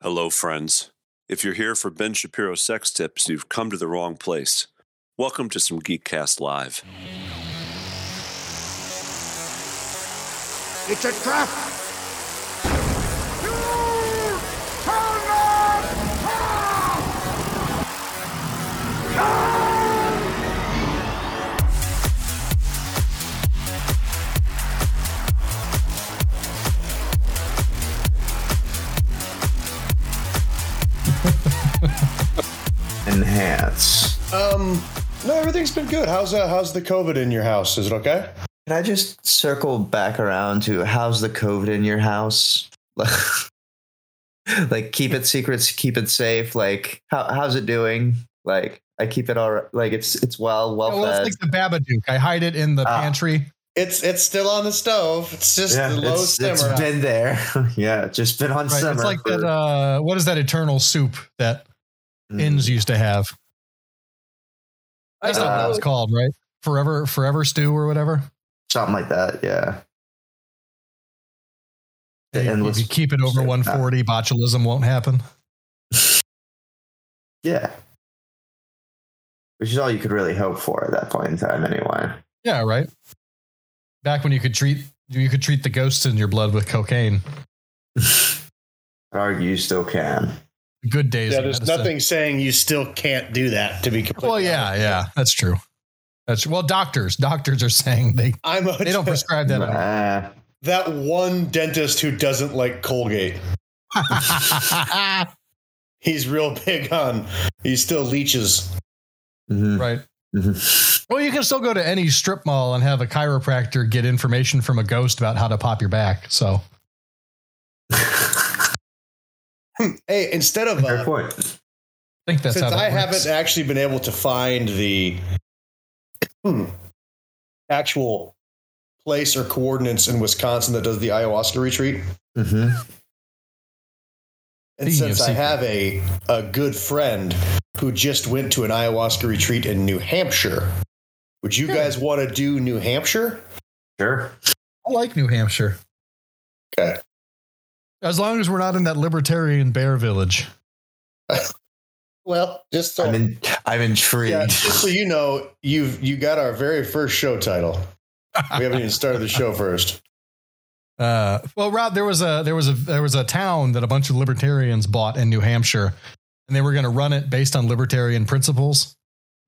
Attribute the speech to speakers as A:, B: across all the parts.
A: Hello, friends. If you're here for Ben Shapiro sex tips, you've come to the wrong place. Welcome to some Geekcast Live.
B: It's a trap!
C: Enhance.
D: Um, no, everything's been good. How's uh, how's the COVID in your house? Is it okay?
C: Can I just circle back around to how's the COVID in your house? like, keep it secrets, keep it safe. Like, how, how's it doing? Like, I keep it all right. Like, it's it's well, well
E: well,
C: fed.
E: it's like the Babadook. I hide it in the
C: Ah.
E: pantry.
D: It's it's still on the stove. It's just
C: yeah,
D: the low
C: it's,
D: simmer.
C: it's been there. yeah, it's just been on
E: Right?
C: summer.
E: It's like
C: for-
E: that. Uh, what is that eternal soup that
C: Mm.
E: Inns used to have? I don't know what that was
C: Uh,
E: called, right? Forever, forever stew or whatever.
C: something like that. Yeah. The
E: If- if
C: endless- Ah.
E: you keep it over
C: soup.
E: 140, botulism won't happen.
C: Yeah. Which is all you could really hope for at that point in time, anyway.
E: Yeah, right. Back when you could treat you could treat the ghosts in your blood with cocaine.
C: I'd argue you still can.
E: Good days.
D: yeah,
E: of
D: there's
E: medicine.
D: nothing saying you still can't do that. To be completely
E: Well, yeah,
D: honest.
E: yeah, that's true. That's well, doctors, doctors are saying they
D: I'm a,
E: they don't prescribe that. anymore.
C: Ah,
D: that one dentist who doesn't like Colgate. He's real big on. He still leeches.
C: mhm,
E: right.
C: mhm.
E: Well, you can still go to any strip mall and have a chiropractor get information from a ghost about how to pop your back. So
D: Hmm. Hey, instead of
C: Fair
D: uh,
C: point.
E: I think that's
D: since
E: how that
D: I
E: works.
D: haven't actually been able to find the hmm, actual place or coordinates in Wisconsin that does the ayahuasca retreat,
C: hmm
D: and
E: Speaking of
D: since I
E: secret.
D: have a a good friend who just went to an ayahuasca retreat in New Hampshire, would you guys want to do New Hampshire?
C: Sure.
E: I like New Hampshire.
D: Okay.
E: As long as we're not in that libertarian bear village.
D: Well, just so,
C: I'm in, I'm intrigued.
D: yeah, just so you know, you've you got our very first show title. We haven't even started the show first.
E: Uh, well, Rob, there was a there was a there was a town that a bunch of libertarians bought in New Hampshire, and they were going to run it based on libertarian principles.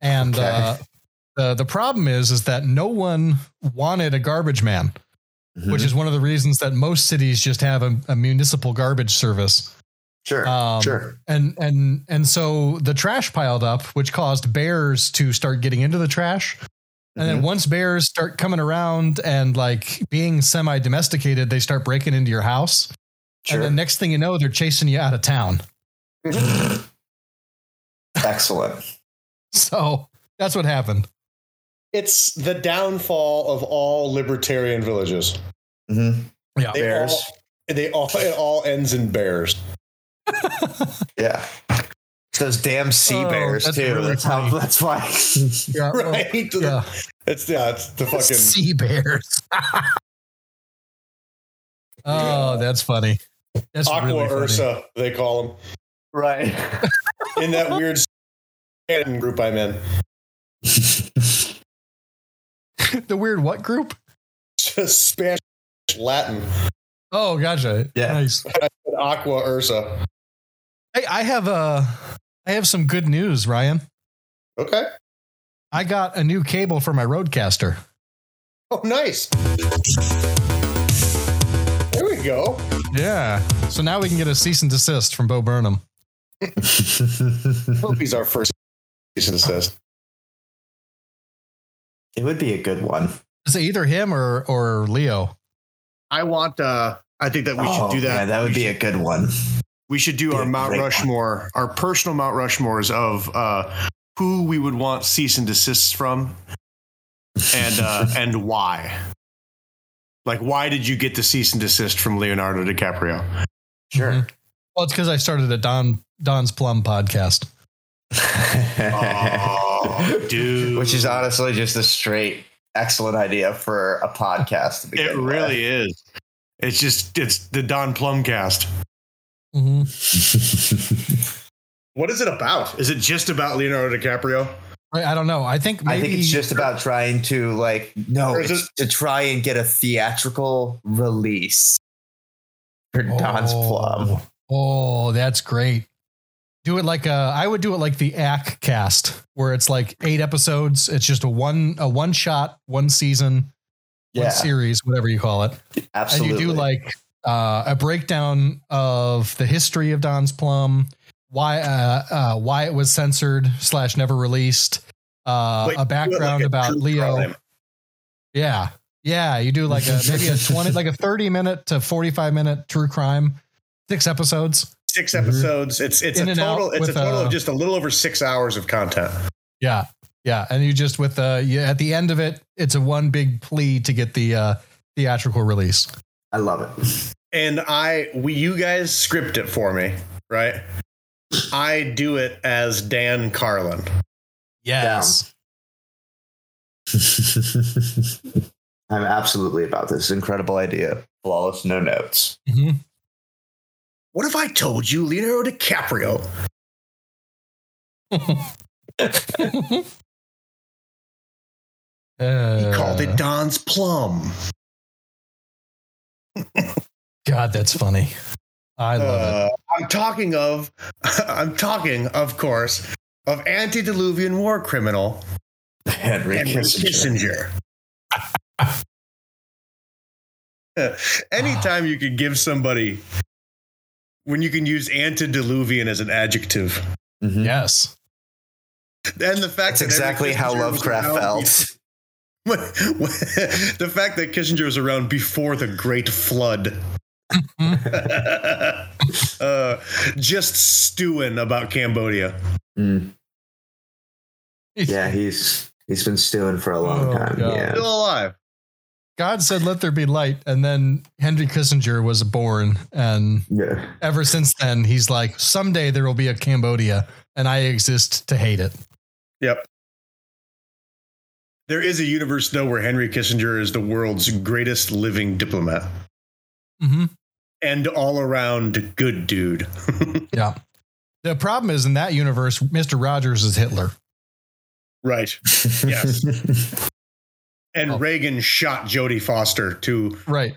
E: And
C: Okay.
E: uh, the the problem is is that no one wanted a garbage man,
C: Mhm.
D: Mm-hmm.
E: which is one of the reasons that most cities just have a, a municipal garbage service.
C: sure.
E: Um,
C: sure.
E: And and and so the trash piled up, which caused bears to start getting into the trash. And
D: Mm-hmm.
E: then once bears start coming around and like being semi domesticated, they start breaking into your house.
C: Sure.
E: And the next thing you know, they're chasing you out of town.
C: Excellent.
E: So that's what happened.
D: It's the downfall of all libertarian villages.
C: hmm
E: Yeah.
D: They
C: Bears.
D: all- they all it all ends in bears.
C: Yeah. It's those damn sea
E: Oh,
C: bears
E: that's
C: too.
E: really
C: that's how.
E: funny.
C: That's why.
E: Yeah, well,
D: Right?
E: Oh, yeah.
D: It's yeah, it's the fucking
E: sea bears. oh, that's funny. That's
D: Aqua
E: really funny.
D: Ursa, they call
C: right.
D: them. In that weird Canton group I'm in.
E: The weird what group?
D: Just Spanish Latin.
E: Oh, gotcha.
C: Yeah.
E: Nice.
D: Aqua Ursa.
E: Hey, I have uh, I have some good news, Ryan.
D: Okay.
E: I got a new cable for my Roadcaster.
D: Oh nice. There we go.
E: Yeah. So now we can get a cease and desist from Bo Burnham.
D: Hope he's our first season assist.
C: it would be a good one.
E: Is it either him or or Leo?
D: I want uh I think that
C: Oh, Yeah, that would be a good one.
D: we should do
C: Be
D: our
C: a
D: Mount
C: great
D: Rushmore, our personal Mount Rushmores of uh, who we would want cease and desists from, and uh, and why. Like, why did you get the cease and desist from Leonardo DiCaprio?
C: Sure.
E: Mhm. Well, it's because I started a Don Don's Plum podcast.
D: Oh, dude,
C: Which is honestly just a straight excellent idea for a podcast. To
D: it
C: begin with.
D: really is. It's just it's the Don Plum cast.
C: Mm-hmm.
E: hmm
D: What is it about? Is it just about Leonardo
E: Uh,
D: DiCaprio?
E: I, I don't know. I think maybe
C: I think it's just about trying to like no,
D: Or is
C: it's to try and get a theatrical release for Don's Plum.
E: Oh, that's great. Do it like a, I would do it like the ACK cast, where it's like eight episodes. It's just a one a one shot, one season,
C: Yeah,
E: one series, whatever you call it.
C: absolutely.
E: And you do like uh, a breakdown of the history of Don's Plum, why uh, uh, why it was censored slash never released, uh,
D: Like,
E: a
D: like
E: background
D: a
E: about
D: true
E: Leo.
D: crime.
E: Yeah. Yeah. You do like a maybe a 20, like a 30 minute to 45 minute true crime, six episodes.
D: Six
E: Mhm.
D: episodes. It's it's
E: In
D: a
E: and out
D: total. It's a
E: with,
D: total
E: uh,
D: of just a little over six hours of content.
E: Yeah. Yeah. And you just with uh yeah, at the end of it, it's a one big plea to get the uh theatrical release.
C: I love it.
D: and I we you guys script it for me, right? I do it as Dan Carlin.
C: Yes. I'm absolutely about this incredible idea. Flawless, no notes.
E: Mhm.
D: What if I told you Leonardo DiCaprio?
E: Uh,
D: He called
E: Uh.
D: it Don's Plum.
E: God, that's funny. I love
D: Uh, I'm talking of I'm talking, of course, of antediluvian war criminal
C: Henry
D: Henry Kissinger. Anytime you can give somebody when you can use antediluvian as an adjective.
E: it.
C: Mhm.
E: Yes.
D: And the
C: That's
D: fact that Henry
C: exactly how
D: Kissinger was
C: Lovecraft
D: around
C: felt.
D: When- when- the fact that Kissinger was around before the Great Flood. uh, just stewing about Cambodia.
C: Mm, yeah, he's he's been stewing for a long
E: Oh,
C: time.
E: God.
C: Yeah.
D: Still alive.
E: God said, let there be light. And then Henry Kissinger was born. And
C: Yeah.
E: ever since then, he's like, someday there will be a Cambodia and I exist to hate it.
D: Yep. There is a universe, though, where Henry Kissinger is the world's greatest living diplomat
E: Mm-hmm.
D: and all around good dude.
E: Yeah. The problem is in that universe, Mr. Rogers is Hitler.
D: right. Yes. And
E: Oh.
D: Reagan shot Jodie Foster to,
E: Right.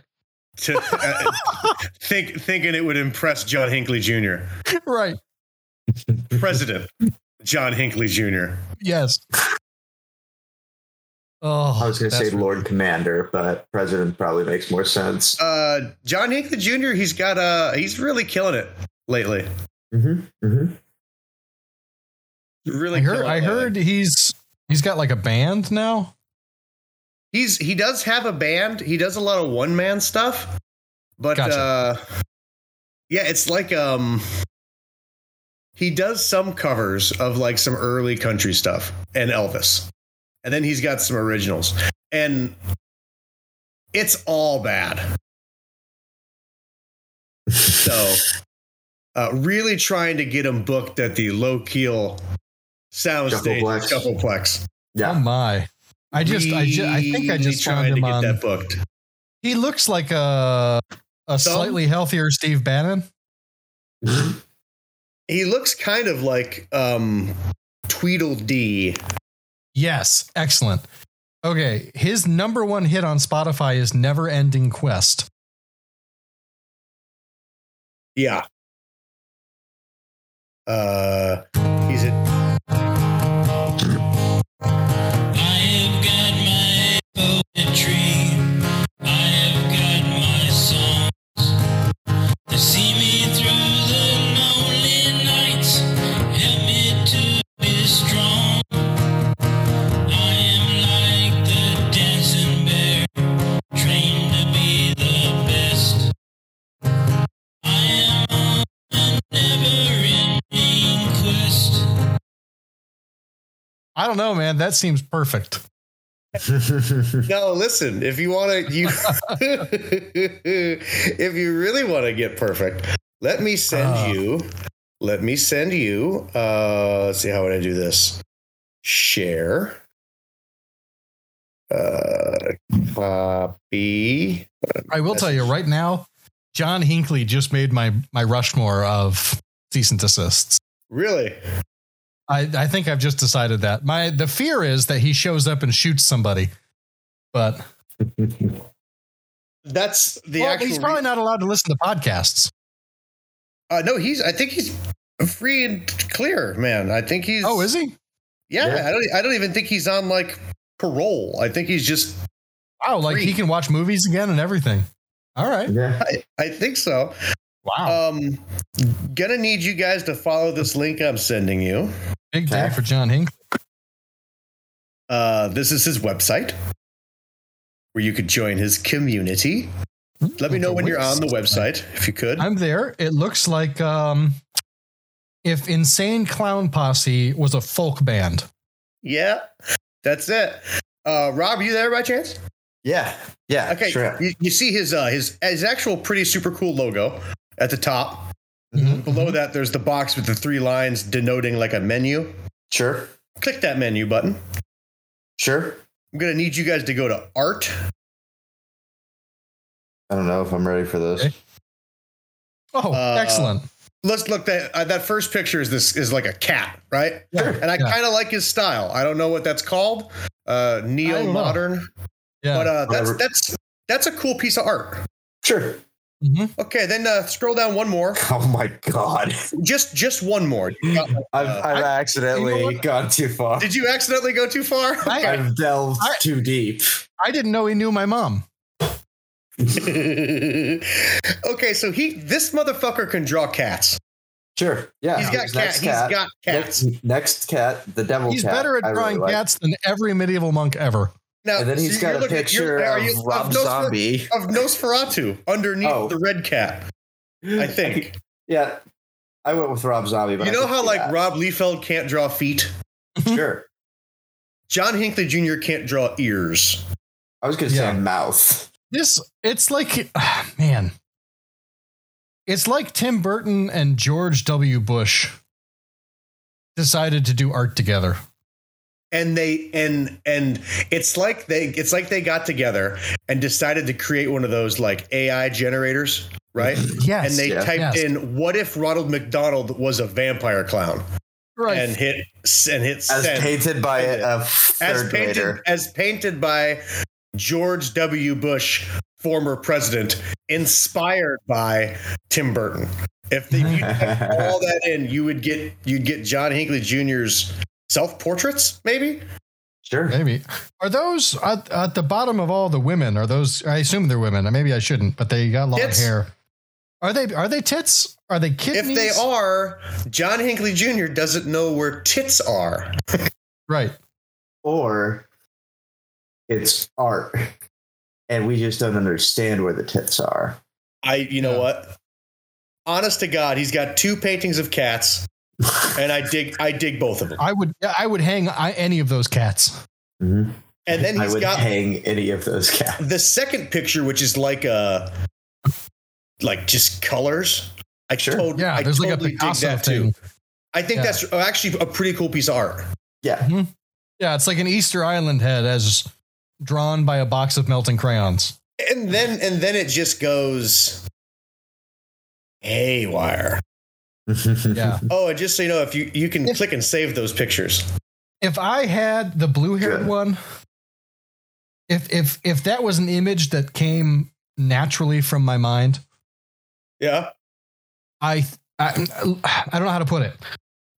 D: to uh, think, thinking it would impress John Hinckley Jr.
E: Right.
D: President John Hinckley Jr.
E: Yes. Oh,
C: I was going to
E: that's
C: say Lord Commander, but President probably makes more sense.
D: Uh, John Hinckley Jr. He's got uh he's really killing it lately.
C: Mhm, mhm.
D: Really,
E: I heard,
D: killing it
E: I
D: lately.
E: heard he's he's got like a band now.
D: he's he does have a band. He does a lot of one man stuff, but
E: Gotcha.
D: uh, yeah, it's like um. He does some covers of like some early country stuff and Elvis. And then he's got some originals. And it's all bad. So, uh, really trying to get him booked at the Low Keel soundstage,
C: Shuffleplex.
D: Shuffleplex.
E: Oh
C: yeah.
E: my. I just, I, ju- I think I
D: Really
E: just found
D: trying to
E: him
D: get
E: on.
D: that booked.
E: He looks like a a
D: Some?
E: slightly healthier Steve Bannon.
D: He looks kind of like um, Tweedledee.
E: Yes, excellent. Okay, his number one hit on Spotify is Never Ending Quest.
D: Yeah. Uh, he's a
F: I have got my poetry. I have got my songs. They see me through the lonely nights. Help me to be strong. I am like the dancing bear, trained to be the best. I am on a never-ending quest.
E: I don't know, man. That seems perfect.
D: No, listen. If you want to, you if you really want to get perfect, let me send
E: Ah.
D: you. Let me send you. Uh, let's see how would I do this. Share. Uh, copy.
E: I will tell you right now, John Hinckley just made my my Rushmore of cease and desists.
G: Really?
E: I, I think I've just decided that. My the fear is that he shows up and shoots somebody. But
D: That's the
E: well,
D: actual.
E: he's probably
D: re-
E: not allowed to listen to podcasts.
D: uh, no, he's. I think he's free and clear, man. I think he's.
E: Oh, is he?
D: Yeah,
C: Yeah.
D: I don't. I don't even think he's on like parole. I think he's just.
E: Wow, like he
D: Free.
E: can watch movies again and everything. All right.
C: Yeah.
D: I, I think so.
E: Wow.
D: Um, gonna need you guys to follow this link I'm sending you.
E: Big day
C: okay.
E: for John Hinckley.
D: Uh, this is his website where you could join his community. Let me know when you're on the website if you could.
E: I'm there. It looks like um if Insane Clown Posse was a folk band.
D: Yeah, that's it. Uh, Rob, are you there by chance?
C: Yeah. Yeah.
D: Okay,
C: Sure.
D: you, you see his uh, his his actual pretty super cool logo at the top. Below that, there's the box with the three lines denoting like a menu.
C: Sure.
D: Click that menu button.
C: Sure.
D: I'm gonna need you guys to go to art.
C: I don't know if I'm ready for this.
E: Okay. Oh,
D: Uh,
E: excellent.
D: Let's look that uh, that first picture is this is like a cat, right?
E: Yeah,
D: And I
E: yeah,
D: kind of like his style. I don't know what that's called, uh, neo modern,
E: yeah.
D: but uh, that's
C: Whatever.
D: that's that's a cool piece of art.
C: Sure.
E: Mhm.
D: Okay, then uh, scroll down one more.
C: Oh my god.
D: Just just one more.
C: I've,
D: Uh,
C: I've accidentally
E: you know what?
C: gone too far.
D: Did you accidentally go too far?
E: I,
C: I've delved
E: I-
C: too deep.
E: I didn't know he knew my mom.
D: okay, so he this motherfucker can draw cats.
C: Sure. Yeah.
D: he's got
C: Who's next
D: cats. He's got cats.
C: Next, next cat, the devil
E: He's
C: cat.
E: better
C: I
E: at
C: really
E: drawing
C: like.
E: cats than every medieval monk ever.
D: Now,
C: And then
D: so
C: he's
D: you're
C: got a
D: looking-
C: picture
D: you're- are
C: of
D: you-
C: Rob
D: Nosfer-
C: Zombie.
D: of Nosferatu underneath
C: Oh.
D: the red cat. I think.
C: Yeah. I went with Rob Zombie, but
D: you
C: I
D: know
C: could
D: how
C: see
D: like
C: that.
D: Rob Liefeld can't draw feet.
C: Sure.
D: John Hinckley Jr. can't draw ears.
C: I was gonna
E: Yeah.
C: say mouth.
E: This it's like ah, man. It's like Tim Burton and George W. Bush decided to do art together.
D: And they and and it's like they it's like they got together and decided to create one of those like AI generators, right?
E: Yes.
D: and they
C: yeah.
D: typed
E: Yes.
D: in "What if Ronald McDonald was a vampire clown?"
E: right.
D: and hit s- and hit
C: As
D: send.
C: painted by a
D: As
C: third
D: painted
C: grader.
D: as painted by George W. Bush, former president, inspired by Tim Burton. If they you type all that in, you would get you'd get John Hinckley Jr.'s self portraits, maybe.
C: Sure.
E: Maybe are those at, at the bottom of all the women? Are those? I assume they're women. Maybe I shouldn't, but they got long
D: Tits.
E: hair. Are they? Are they tits? Are they kidneys?
D: If they are, John Hinckley Jr. doesn't know where tits are.
E: right.
C: Or it's art. And we just don't understand where the tits are.
D: I, you know
E: Yeah.
D: what? Honest to God, he's got two paintings of cats, and I dig, I dig both of them.
E: I would. yeah, I would hang I, any of those cats.
C: Mhm.
D: And then
C: I
D: he's
C: would
D: got
C: hang any of those cats.
D: the second picture, which is like a, like just colors. I
C: Sure.
D: tot-
E: Yeah,
D: I
E: there's like a
D: totally dig
E: Picasso
D: that
E: thing.
D: Too. I think
E: Yeah.
D: that's actually a pretty cool piece of art.
C: Yeah.
E: Mm-hmm. Yeah, it's like an Easter Island head as drawn by a box of melting crayons.
D: And then, and then it just goes haywire.
E: Yeah.
D: Oh, and just so you know, if you you can click and save those pictures.
E: if I had the blue haired
C: Good.
E: one, if if if that was an image that came naturally from my mind,
D: Yeah.
E: I I, I don't know how to put it.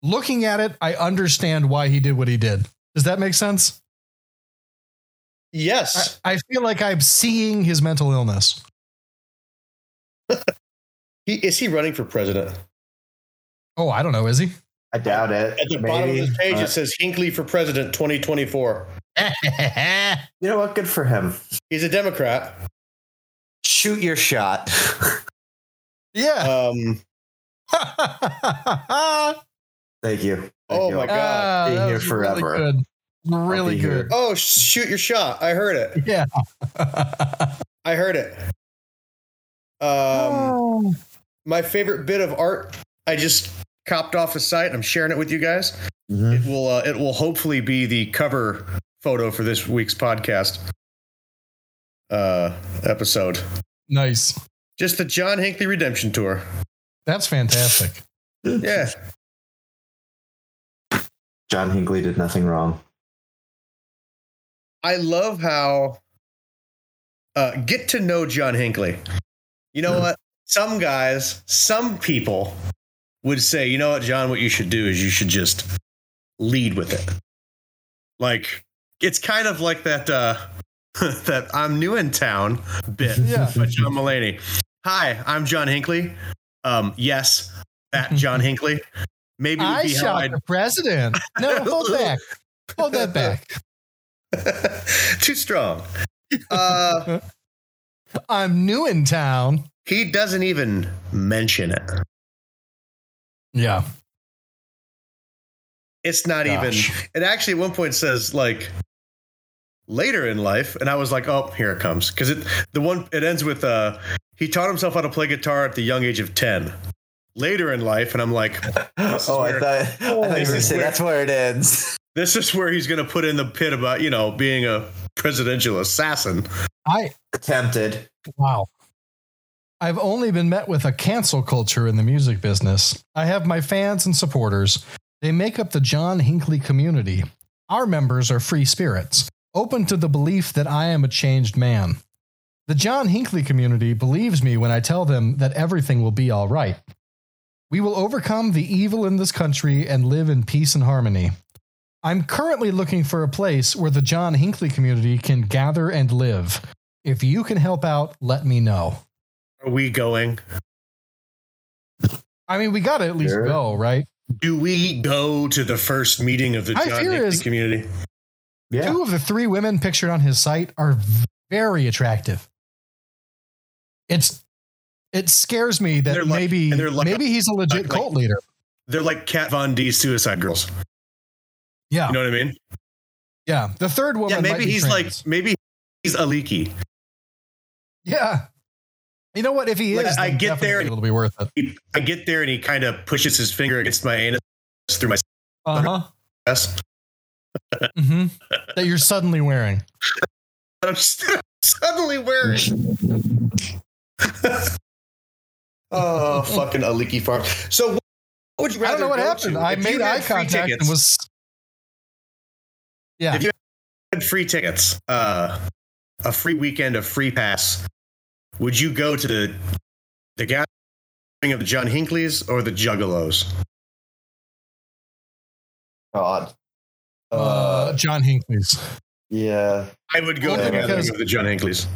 E: Looking at it, I understand why he did what he did. Does that make sense? I,
D: Yes.
E: I feel like I'm seeing his mental illness.
D: He is he running for president?
E: Oh, I don't know. Is he?
C: I doubt it.
D: At the bottom of
C: Maybe, Uh,
D: this page,
C: but-
D: it says Hinckley for president 2024.
C: you know what? Good for him.
D: He's a Democrat.
C: Shoot your shot.
E: yeah.
D: Um,
C: Thank you. Thank
D: Oh
C: you.
D: my God.
E: Ah,
C: Be
E: that
C: here
E: was
C: forever.
E: Really good.
C: I'll
E: Really
C: be
E: good.
D: oh, shoot your shot. I heard it.
E: Yeah.
D: I heard it.
E: Oh.
D: Um, my favorite bit of art I just copped off a site. I'm sharing it with you guys.
C: Mhm.
D: It will uh, it will hopefully be the cover photo for this week's podcast uh, episode.
E: nice.
D: Just the John Hinckley Redemption Tour.
E: That's fantastic.
D: Yeah.
C: John Hinckley did nothing wrong.
D: I love how uh, get to know John Hinckley. You know what? Some guys, some people would say, you know what, John, what you should do is you should just lead with it. Like it's kind of like that uh that I'm new in town bit
E: Yeah.
D: by John Mulaney. Hi, I'm John Hinckley. Um, yes, at John Hinckley. Maybe it would
E: I
D: be how
E: shot
D: I'd
E: the president. No, hold back. Hold that back.
D: too strong. Uh
E: I'm new in town.
D: He doesn't even mention it.
E: Yeah.
D: It's not
E: Gosh.
D: even. It actually at one point says like later in life, and I was like, oh, here it comes, because it the one it ends with uh he taught himself how to play guitar at the young age of ten. Later in life, and I'm like,
C: Oh, I
D: where-
C: thought, I thought you were
D: this
C: going to
D: is
C: say
D: where-
C: that's where it ends.
D: this is where he's going to put in the pit about you know being a presidential assassin.
E: I
C: Attempted.
E: wow. I've only been met with a cancel culture in the music business. I have my fans and supporters. They make up the John Hinckley community. Our members are free spirits, open to the belief that I am a changed man. The John Hinckley community believes me when I tell them that everything will be all right. We will overcome the evil in this country and live in peace and harmony. I'm currently looking for a place where the John Hinckley community can gather and live. If you can help out, let me know.
D: Are we going?
E: I mean, we got to at least
C: Sure.
E: go, right?
D: Do we go to the first meeting of the
E: My
D: John
E: fear
D: Hinckley
E: is-
D: community?
C: Yeah.
E: Two of the three women pictured on his site are very attractive. It's it scares me that
D: They're like-
E: maybe
D: and they're like-
E: maybe he's a legit
D: like-
E: cult leader.
D: They're like Kat Von D Suicide Girls.
E: Yeah,
D: You know what I mean?
E: yeah. The third woman.
D: Yeah, maybe he's like maybe he's a leaky.
E: yeah. You know what? If he
D: Like,
E: is,
D: I
E: then
D: get there
E: definitely it'll be worth it.
D: I get there and he kind of pushes his finger against my anus through my
E: Uh huh.
D: Uh-huh. chest.
E: hmm That you're suddenly wearing.
D: And I'm just suddenly wearing. oh, fucking a leaky farm. So what would you
E: I
D: rather
E: don't know what
D: go
E: happened.
D: to?
E: I
D: If
E: made
D: you
E: eye
D: had free
E: contact
D: tickets,
E: and was. Yeah.
D: If you had free tickets, uh, a free weekend, a free pass. Would you go to the the gathering of the John Hinckley's or the Juggalos?
C: God. Uh,
E: uh, John Hinckley's.
C: yeah.
D: I would go to
E: Only
D: the gathering
E: because-
D: of the John Hinckley's.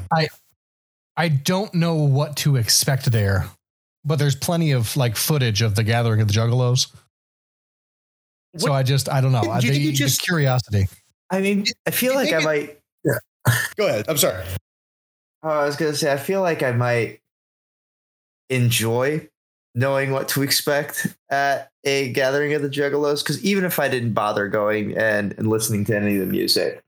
E: I don't know what to expect there, but there's plenty of like footage of the gathering of the Juggalos. So
D: What-
E: I just I don't know.
D: Did
E: I
D: you-
E: the,
D: did you
E: the
D: just-
E: curiosity.
C: I mean, I feel like I might
D: Go ahead. I'm sorry.
C: Oh, I was gonna say, I feel like I might enjoy knowing what to expect at a gathering of the Juggalos, because even if I didn't bother going and, and listening to any of the music,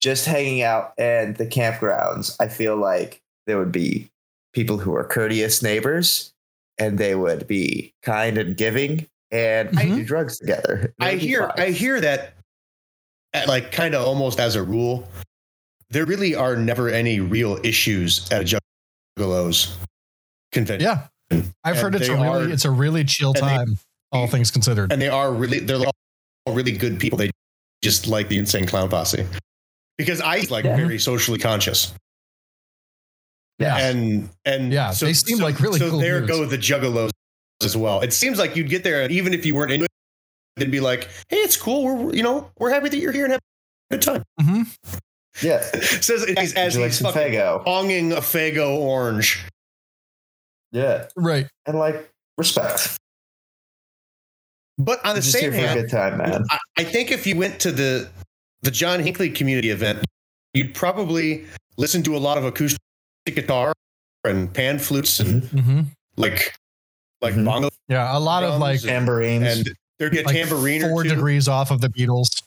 C: just hanging out at the campgrounds, I feel like there would be people who are courteous neighbors, and they would be kind and giving, and we
E: Mhm.
C: do drugs together. It
D: Mm-hmm. I
C: would be
D: hear
C: fine.
D: I hear that at like kind of almost as a rule, there really are never any real issues at a Juggalos convention.
E: Yeah. I've
D: And
E: heard it's a
D: they
E: really
D: are-
E: it's a really chill
D: and they-
E: time, all things considered.
D: And they are really they're like all really good people. They just like the insane clown posse. Because I like
C: Yeah.
D: very socially conscious.
E: Yeah.
D: And and
E: Yeah, they seem like really
D: so
E: cool
D: there
E: dudes.
D: go the juggalos as well. It seems like you'd get there and even if you weren't into it, they'd be like, Hey, it's cool. We're you know, we're happy that you're here and have a good time.
E: hmm
C: yeah.
D: says as,
C: Would
D: as
C: you like
D: he's
C: some
D: fucking Oh.
C: Faygo?
D: honging a Fago orange.
C: Yeah,
E: Right.
C: and like respect.
D: But on the
C: Just here
D: same
C: for a
D: hand,
C: good time, man.
D: I, I think if you went to the the John Hinckley community event, you'd probably listen to a lot of acoustic guitar and pan flutes
C: Mm-hmm.
D: and
E: hmm
D: like like
C: Mhm.
D: bongo
E: Yeah. A lot of like,
D: Drums
C: Tambourines.
D: and there'd be a
E: like
D: tambourine
E: four
D: or two.
E: degrees off of the Beatles.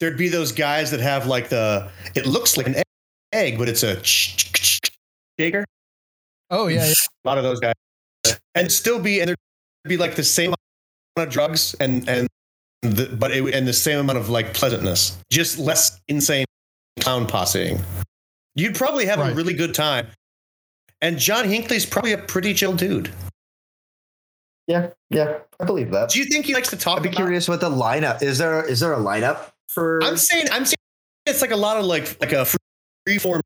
D: There'd be those guys that have like the it looks like an egg, egg but it's a shaker.
E: Oh yeah. yeah.
D: a lot of those guys, and still be and there'd be like the same amount of drugs and and the, but it, and the same amount of like pleasantness, just less insane clown posseing. You'd probably have
E: Right.
D: a really good time, And John Hinckley's probably a pretty chill dude.
C: Yeah, yeah, I believe that.
D: Do you think he likes to talk?
C: I'd be
D: about-
C: curious what the lineup is. There is there a lineup for?
D: I'm saying I'm saying it's like a lot of like like a free form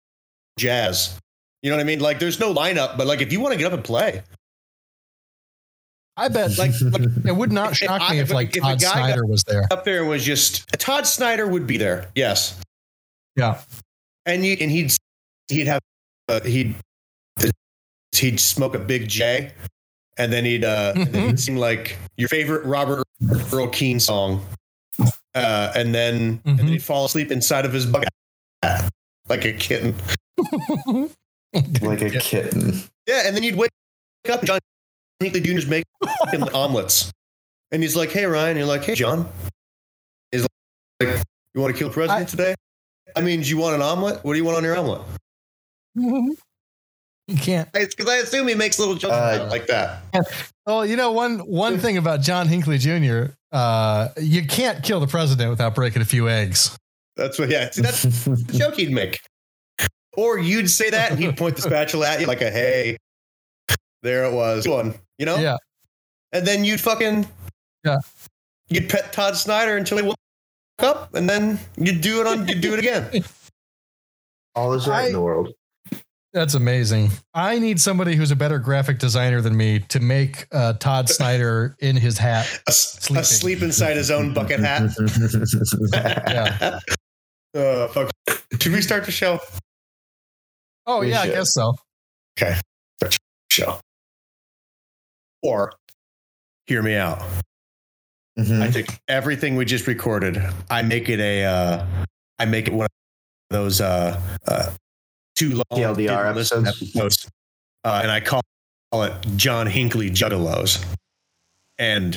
D: jazz. You know what I mean? Like there's no lineup, but like if you want to get up and play,
E: I bet
D: like, like
E: it would not
D: If
E: shock
D: I-
E: me
D: if
E: if
D: a- if
E: like
D: a
E: Todd
D: guy got-
E: Snyder was there.
D: up there was just Todd Snyder would be there. Yes.
E: Yeah.
D: And you and he'd he'd have uh, he'd he'd smoke a big J, and then he'd uh and then he'd sing like your favorite Robert Earl Keen song, uh, and then and then
E: Mhm.
D: he'd fall asleep inside of his bucket like a kitten.
C: like a kitten.
D: Yeah, and then you'd wake up, John Hinckley Jr.'s making fucking omelets. And he's like, hey, Ryan. you're like, hey, John. He's like, you want to kill the president today? I mean, do you want an omelet? What do you want on your omelet?
E: you can't.
D: Because I assume he makes little jokes
C: Uh,
D: about it like that.
E: Well, you know one one thing about John Hinckley Jr. Uh, you can't kill the president without breaking a few eggs.
D: That's what, yeah. See, that's the joke he'd make. Or you'd say that and he'd point the spatula at you like a, hey, there it was. Good One, you know?
E: Yeah.
D: And then you'd fucking
E: Yeah.
D: You'd pet Todd Snyder until he woke up, and then you'd do it on you'd do it again.
C: All is right in the world.
E: That's amazing. I need somebody who's a better graphic designer than me to make uh, Todd Snyder in his hat.
D: A s-
E: Sleeping.
D: asleep inside his own bucket hat.
E: Yeah.
D: Uh, fuck. Should we start the show?
E: Oh
C: We
E: yeah,
C: should.
E: I guess so.
D: Show. Or hear me out. I
C: Mhm.
D: take everything we just recorded. I make it a. Uh, I make it one of those uh, uh, too long
C: TLDR
D: didn't listen
C: episodes.
D: episodes. Uh, and I call call it John Hinckley Juggalos, and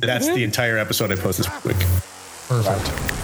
D: that's the entire episode I post this week.
E: Perfect.